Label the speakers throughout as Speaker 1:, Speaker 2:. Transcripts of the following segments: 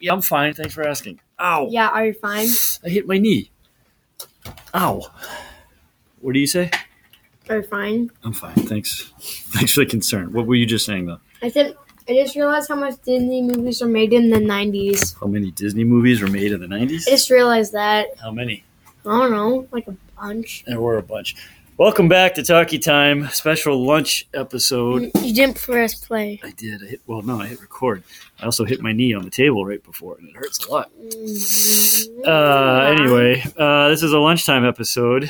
Speaker 1: Yeah, I'm fine. Thanks for asking. Ow.
Speaker 2: Yeah, are you fine?
Speaker 1: I hit my knee. Ow. What do you say?
Speaker 2: Are you Oh, fine?
Speaker 1: I'm fine. Thanks. Thanks for the concern. What were you just saying, though?
Speaker 2: I said, I just realized how much Disney movies are made in the 90s.
Speaker 1: How many Disney movies were made in the 90s?
Speaker 2: I just realized that.
Speaker 1: How many?
Speaker 2: I don't know, like a bunch.
Speaker 1: There were a bunch. Welcome back to Talkie Time, special lunch episode.
Speaker 2: You you didn't press play.
Speaker 1: I did. I hit, well, no, I hit record. I also hit my knee on the table right before, and it hurts a lot. Uh, anyway, uh, this is a lunchtime episode.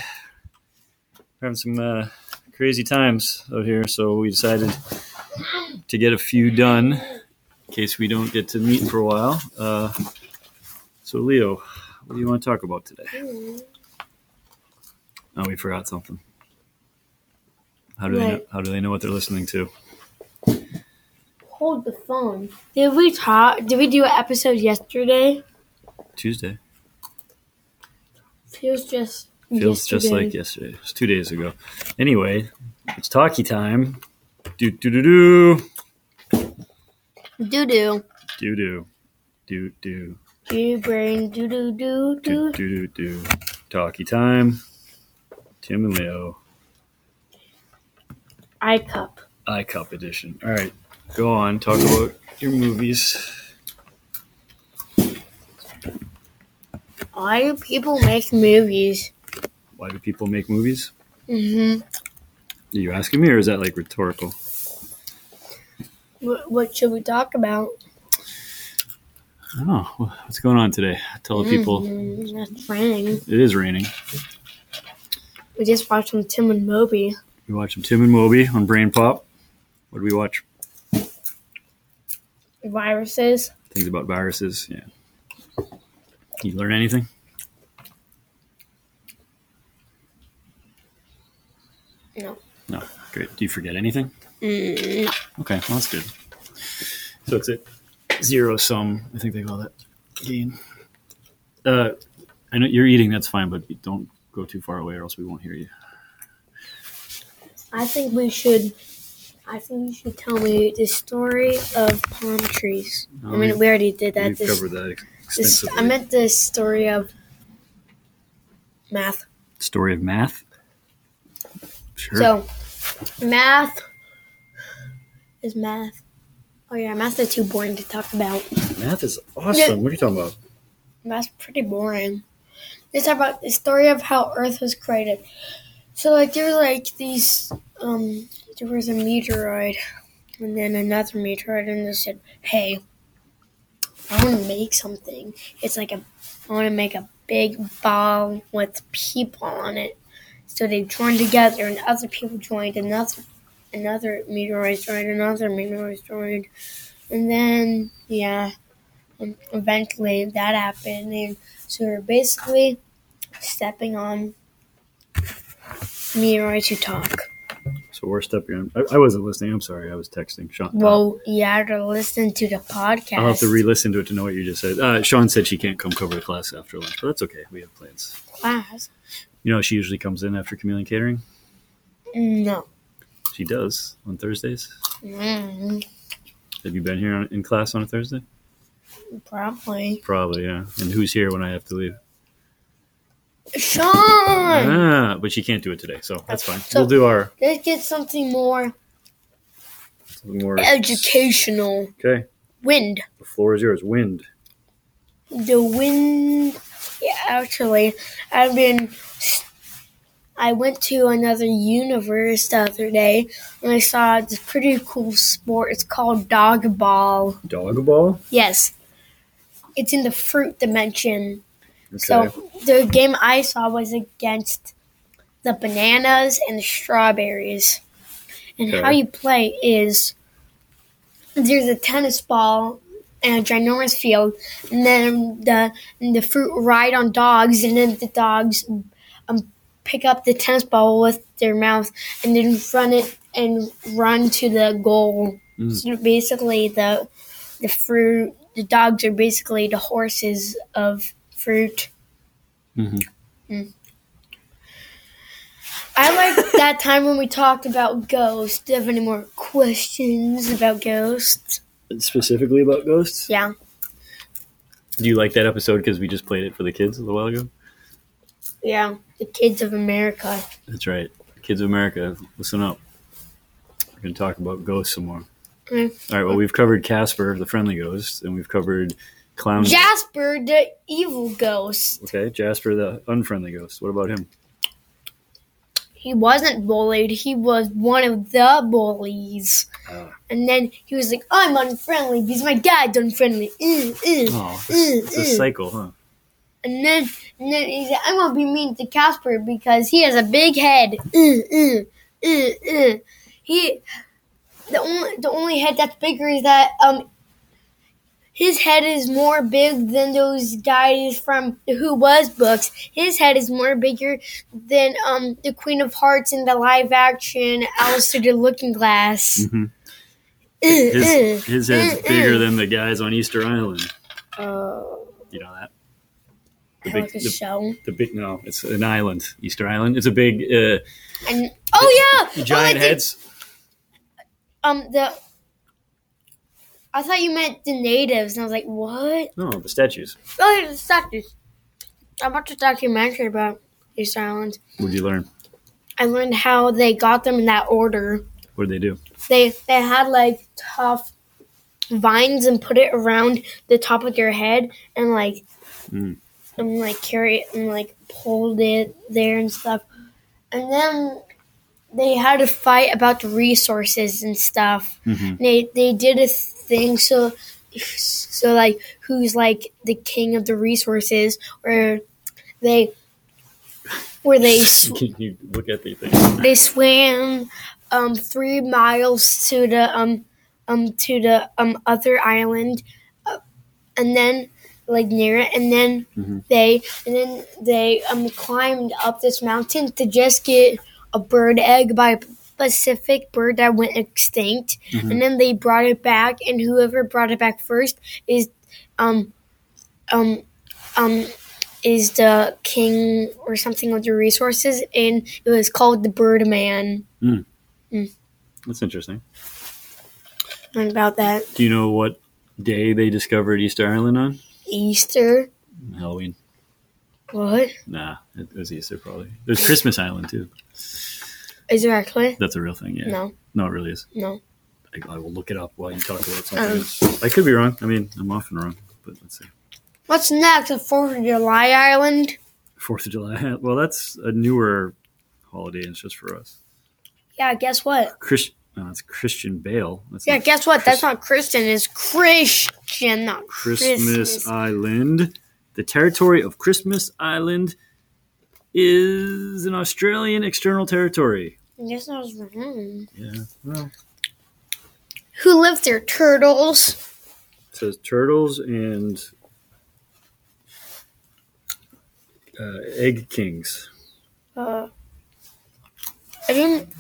Speaker 1: We're having some uh, crazy times out here, so we decided to get a few done in case we don't get to meet for a while. Uh, so, Leo, what do you want to talk about today? Oh, we forgot something. How do they know,
Speaker 2: What?
Speaker 1: how do they know what they're listening to?
Speaker 2: Hold the phone. Did we talk? Did we do an episode yesterday?
Speaker 1: Tuesday
Speaker 2: Feels just.
Speaker 1: feels just
Speaker 2: yesterday.
Speaker 1: like yesterday. It was two days ago. Anyway, it's talkie time. Do do do do
Speaker 2: Doo doo.
Speaker 1: do do do do
Speaker 2: Doo brain. Doo doo doo
Speaker 1: do
Speaker 2: doo.
Speaker 1: do do do talkie time. Tim and Leo,
Speaker 2: Eye cup.
Speaker 1: I Cup edition. All right, go on. Talk about your movies.
Speaker 2: Why do people make movies?
Speaker 1: Why do people make movies?
Speaker 2: Mm
Speaker 1: Are you asking me, or is that like rhetorical?
Speaker 2: hmm. What, what should we talk about?
Speaker 1: I don't know. What's going on today? Tell the people.
Speaker 2: Mhm, That's raining.
Speaker 1: It is raining.
Speaker 2: We just watched some Tim and Moby.
Speaker 1: We watched some Tim and Moby on Brain Pop. What do we watch?
Speaker 2: Viruses.
Speaker 1: things about viruses. Yeah. You learn anything?
Speaker 2: No.
Speaker 1: No. Great. Do you forget anything?
Speaker 2: Mm,
Speaker 1: Okay. Well, that's good. So it's a zero sum. I think they call that game. Uh, I know you're eating. That's fine, but don't go too far away, or else we won't hear you.
Speaker 2: I think we should. I think you should tell me the story of palm trees. I mean, we already did that.
Speaker 1: We've
Speaker 2: This,
Speaker 1: covered that
Speaker 2: this,
Speaker 1: extensively.
Speaker 2: I meant the story of math.
Speaker 1: Story of math. Sure.
Speaker 2: So, math is math. Oh yeah, math is too boring to talk about.
Speaker 1: math is awesome. What are you talking about?
Speaker 2: That's pretty boring. Let's talk about the story of how Earth was created. So, like, there were like these, um, there was a meteoroid, and then another meteoroid, and they said, hey, I want to make something. It's like a, I want to make a big ball with people on it. So they joined together, and other people joined, another, another meteoroid joined, another meteoroid joined, and then, yeah um, eventually that happened and so we're basically stepping on meteorites to talk
Speaker 1: So we're stepping on. I, I wasn't listening. I'm sorry. I was texting. Sean.
Speaker 2: well you have to listen to the podcast
Speaker 1: I'll have to re-listen to it to know what you just said. Uh, Sean said she can't come cover the class after lunch, but that's okay. We have plans.
Speaker 2: class
Speaker 1: You know, she usually comes in after chameleon catering.
Speaker 2: no
Speaker 1: She does on Thursdays.
Speaker 2: mm,
Speaker 1: Have you been here on, in class on a Thursday?
Speaker 2: probably
Speaker 1: Probably, yeah. And who's here when I have to leave?
Speaker 2: sean
Speaker 1: Ah, but she can't do it today, so that's fine.
Speaker 2: Hmm. So-
Speaker 1: we'll do our
Speaker 2: let's get something more
Speaker 1: more.
Speaker 2: educational
Speaker 1: Okay,
Speaker 2: wind
Speaker 1: the floor is yours. Wind.
Speaker 2: the wind yeah actually i've been i went to another universe the other day and i saw this pretty cool sport it's called dog ball
Speaker 1: Dog ball.
Speaker 2: yes it's in the fruit dimension
Speaker 1: Okay.
Speaker 2: so the game i saw was against the bananas and the strawberries and how
Speaker 1: Okay.
Speaker 2: you play is there's a tennis ball and a ginormous field, and then the and the fruit ride on dogs, and then the dogs um, pick up the tennis ball with their mouth, and then run it and run to the goal.
Speaker 1: Mm.
Speaker 2: So basically, the the fruit, the dogs are basically the horses of fruit.
Speaker 1: Mhm.
Speaker 2: Mm. I like that time when we talked about ghosts. Do you have any more questions about ghosts?
Speaker 1: Specifically about ghosts.
Speaker 2: Yeah.
Speaker 1: Do you like that episode because we just played it for the kids a little while ago?
Speaker 2: Yeah, the kids of America.
Speaker 1: That's right. Kids of America, listen up. We're going to talk about ghosts some more.
Speaker 2: Okay.
Speaker 1: All right, well, we've covered Casper, the friendly ghost, and we've covered Clown.
Speaker 2: Jasper, the evil ghost.
Speaker 1: okay, Jasper, the unfriendly ghost. What about him?
Speaker 2: He wasn't bullied. He was one of the bullies.
Speaker 1: Ah.
Speaker 2: And then he was like, "I'm unfriendly because my dad's unfriendly." Mm, mm,
Speaker 1: Oh,
Speaker 2: mm,
Speaker 1: it's a
Speaker 2: mm.
Speaker 1: cycle, huh?
Speaker 2: And then, and then he said, I'm gonna be mean to Casper because he has a big head. Mm, mm, mm, mm. He, the only the only head that's bigger is that um, his head is more big than those guys from the Who Was books. His head is more bigger than um the Queen of Hearts in the live action Alice Through the Looking Glass.
Speaker 1: Mhm.
Speaker 2: Mm,
Speaker 1: His,
Speaker 2: mm,
Speaker 1: his head's
Speaker 2: mm,
Speaker 1: bigger
Speaker 2: mm.
Speaker 1: than the guys on Easter Island.
Speaker 2: Oh,
Speaker 1: You know that? The
Speaker 2: I
Speaker 1: big,
Speaker 2: like the
Speaker 1: the,
Speaker 2: show.
Speaker 1: the big, no, it's an island, Easter Island. It's a big, uh,
Speaker 2: And oh yeah, Oh, I
Speaker 1: giant
Speaker 2: did-
Speaker 1: heads.
Speaker 2: um the I thought you meant the natives, and I was like, what?
Speaker 1: No, the statues.
Speaker 2: Oh, yeah, the statues. I watched a documentary about Easter Island.
Speaker 1: What'd you learn?
Speaker 2: I learned how they got them in that order.
Speaker 1: What did they do?
Speaker 2: They they had like tough vines and put it around the top of your head and like
Speaker 1: Mm.
Speaker 2: and like carry it and like pulled it there and stuff. And then they had a fight about the resources and stuff.
Speaker 1: Mhm.
Speaker 2: they they did a thing so so like who's like the king of the resources where they where they sw-
Speaker 1: Can you look at the thing?
Speaker 2: they swam um three miles to the um um to the um other island uh, and then like near it and then
Speaker 1: Mhm.
Speaker 2: they and then they um climbed up this mountain to just get a bird egg by a Pacific bird that went extinct
Speaker 1: Mhm.
Speaker 2: and then they brought it back and whoever brought it back first is um um um is the king or something of the resources, and it was called the Birdman.
Speaker 1: That's interesting.
Speaker 2: And about that
Speaker 1: Do you know what day they discovered Easter Island on?
Speaker 2: Easter.
Speaker 1: Halloween.
Speaker 2: What
Speaker 1: Nah, it was Easter probably. There's Christmas Island too.
Speaker 2: is there actually?
Speaker 1: That's a real thing, yeah.
Speaker 2: No,
Speaker 1: No, it really is.
Speaker 2: no.
Speaker 1: I, I will look it up while you talk about something.
Speaker 2: Um.
Speaker 1: else. I could be wrong. I mean, I'm often wrong, but let's see.
Speaker 2: What's next? The Fourth of July Island.
Speaker 1: Fourth of July. Well, that's a newer holiday, and it's just for us.
Speaker 2: Yeah, guess what?
Speaker 1: Christian. No, that's Christian Bale. That's
Speaker 2: Yeah,
Speaker 1: not
Speaker 2: guess what? That's not Christian. It's Christian, not
Speaker 1: Christmas,
Speaker 2: Christmas.
Speaker 1: Island. The territory of Christmas Island is an Australian external territory.
Speaker 2: I guess I was wrong.
Speaker 1: Yeah. Well,
Speaker 2: Who lived there? Turtles.
Speaker 1: it says turtles and uh, egg kings.
Speaker 2: Uh, I didn't.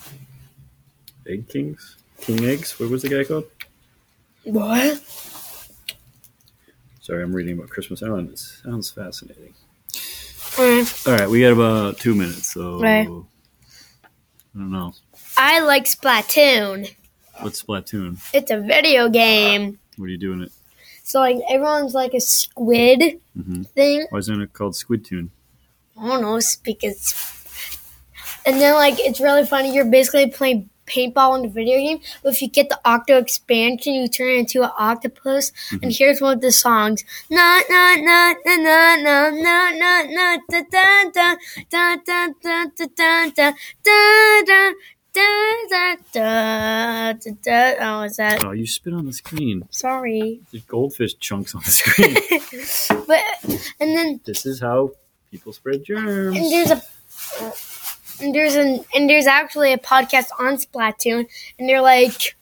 Speaker 1: Egg kings? King eggs? What was the guy called?
Speaker 2: What?
Speaker 1: Sorry, I'm reading about Christmas Island. It sounds fascinating.
Speaker 2: Uh,
Speaker 1: All right, we got about two minutes, so
Speaker 2: Right.
Speaker 1: I don't know.
Speaker 2: I like Splatoon.
Speaker 1: What's Splatoon?
Speaker 2: It's a video game.
Speaker 1: What are you doing it?
Speaker 2: So like everyone's like a squid
Speaker 1: Mhm.
Speaker 2: thing.
Speaker 1: Why isn't it called Squid Tune?
Speaker 2: I don't know, it's because. And then like it's really funny. You're basically playing paintball in the video game. But if you get the octo expansion, you turn into an octopus. And here's one of the songs: Na na na na na na na na na da da da da da da da da da da da. Da, da, da, da, da. Oh, is that?
Speaker 1: Oh, you spit on the screen.
Speaker 2: Sorry.
Speaker 1: There's goldfish chunks on the screen.
Speaker 2: But, and then
Speaker 1: this is how people spread germs.
Speaker 2: and there's a and there's an and there's actually a podcast on Splatoon, and they're like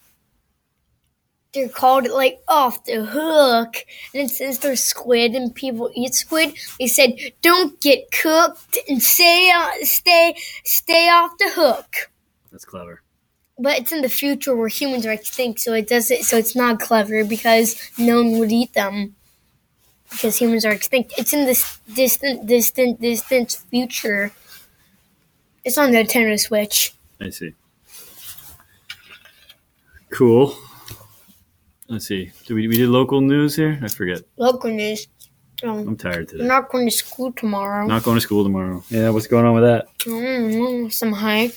Speaker 2: they're called like off the hook, and since there's squid and people eat squid, they said don't get cooked and stay on- stay stay off the hook.
Speaker 1: That's clever.
Speaker 2: But it's in the future where humans are extinct, so it doesn't. So it's not clever because no one would eat them because humans are extinct. It's in this distant, distant, distant future. It's on the Nintendo Switch.
Speaker 1: I see. Cool. Let's see. Do we, we did local news here? I forget.
Speaker 2: Local news. Um,
Speaker 1: I'm tired
Speaker 2: I'm
Speaker 1: today.
Speaker 2: not going to school tomorrow.
Speaker 1: Not going to school tomorrow. Yeah, what's going on with that?
Speaker 2: Mm, some hike.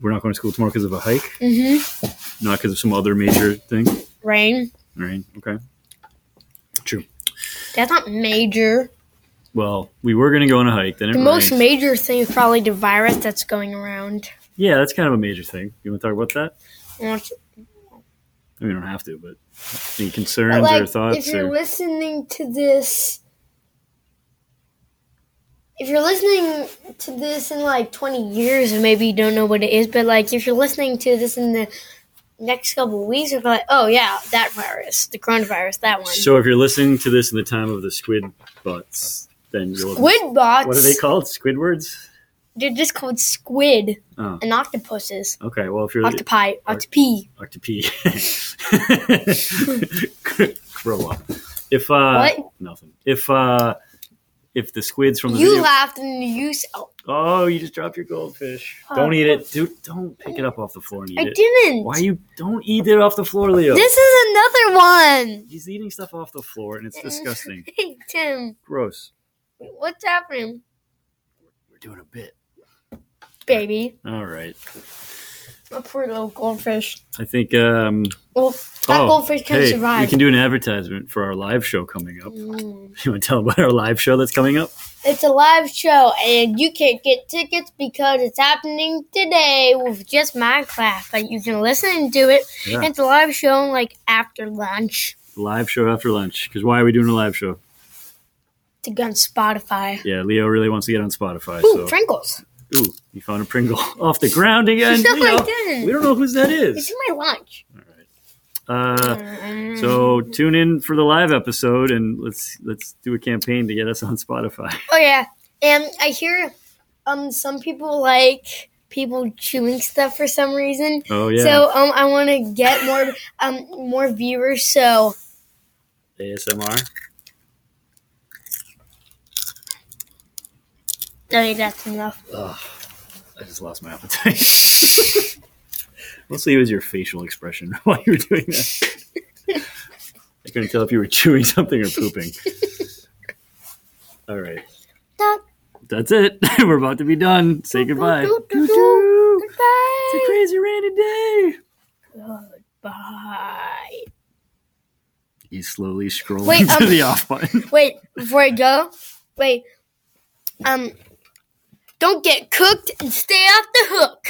Speaker 1: We're not going to school tomorrow because of a hike,
Speaker 2: hmm
Speaker 1: not because of some other major thing. All
Speaker 2: Rain.
Speaker 1: right. Okay.
Speaker 2: That's not major.
Speaker 1: Well, we were going to go on a hike. Then it
Speaker 2: The most
Speaker 1: rained.
Speaker 2: major thing is probably the virus that's going around.
Speaker 1: yeah, that's kind of a major thing. You want to talk about that?
Speaker 2: And it's-
Speaker 1: I mean, we don't have to, but any concerns
Speaker 2: But,
Speaker 1: or
Speaker 2: like, if
Speaker 1: thoughts?
Speaker 2: you're
Speaker 1: Or,
Speaker 2: listening to this, if you're listening to this in like 20 years, and maybe you don't know what it is, but like if you're listening to this in the next couple of weeks, you're like, oh yeah, that virus, the coronavirus, that one.
Speaker 1: so, if you're listening to this in the time of the squid butts, then you'll.
Speaker 2: squid bots.
Speaker 1: What are they called? Squidwards.
Speaker 2: They're just called squid
Speaker 1: Oh,
Speaker 2: and octopuses.
Speaker 1: okay. Well, if you're
Speaker 2: Octopi, octopi.
Speaker 1: octopi, grow up. If uh,
Speaker 2: what?
Speaker 1: nothing. If uh, if the squids from the
Speaker 2: You
Speaker 1: video-
Speaker 2: laughed and you s Oh,
Speaker 1: oh, you just dropped your goldfish.
Speaker 2: Oh.
Speaker 1: don't eat it, dude. Don't pick it up off the floor and eat
Speaker 2: I
Speaker 1: it.
Speaker 2: didn't.
Speaker 1: Why you don't eat it off the floor, Leo?
Speaker 2: This is another one.
Speaker 1: He's eating stuff off the floor, and it's disgusting.
Speaker 2: Hey, Tim,
Speaker 1: Gross.
Speaker 2: what's happening?
Speaker 1: We're doing a bit.
Speaker 2: Baby,
Speaker 1: All right.
Speaker 2: a poor little goldfish.
Speaker 1: I think um,
Speaker 2: Well, that
Speaker 1: oh,
Speaker 2: goldfish can
Speaker 1: hey, We
Speaker 2: survive.
Speaker 1: can do an advertisement for our live show coming up.
Speaker 2: Mm.
Speaker 1: You want to tell about our live show that's coming up?
Speaker 2: It's a live show, and you can't get tickets because it's happening today with just Minecraft. But you can listen to it.
Speaker 1: Yeah.
Speaker 2: It's a live show, like after lunch.
Speaker 1: Live show after lunch. Because why are we doing a live show?
Speaker 2: To go on Spotify.
Speaker 1: Yeah, Leo really wants to get on Spotify.
Speaker 2: Ooh,
Speaker 1: so
Speaker 2: Pringles.
Speaker 1: ooh, he found a Pringle off the ground again.
Speaker 2: No, I
Speaker 1: Leo,
Speaker 2: didn't.
Speaker 1: we don't know whose that
Speaker 2: Oh It's
Speaker 1: is.
Speaker 2: my lunch.
Speaker 1: Uh,
Speaker 2: Mm.
Speaker 1: so tune in for the live episode, and let's let's do a campaign to get us on Spotify.
Speaker 2: Oh yeah, and I hear um some people like people chewing stuff for some reason.
Speaker 1: Oh yeah,
Speaker 2: So um, I want to get more um more viewers. So
Speaker 1: ASMR.
Speaker 2: okay, Oh, that's enough.
Speaker 1: Ugh, I just lost my appetite. Mostly it was your facial expression while you were doing that. I couldn't tell if you were chewing something or pooping. All right.
Speaker 2: Da-
Speaker 1: That's it. We're about to be done. Say goodbye.
Speaker 2: do- do- do-
Speaker 1: Doo-doo. It's a
Speaker 2: Goodbye.
Speaker 1: crazy rainy day.
Speaker 2: Goodbye.
Speaker 1: He's slowly scrolling
Speaker 2: Wait,
Speaker 1: to
Speaker 2: um-
Speaker 1: the off button.
Speaker 2: Wait, before I go, wait. Um, don't get cooked and stay off the hook.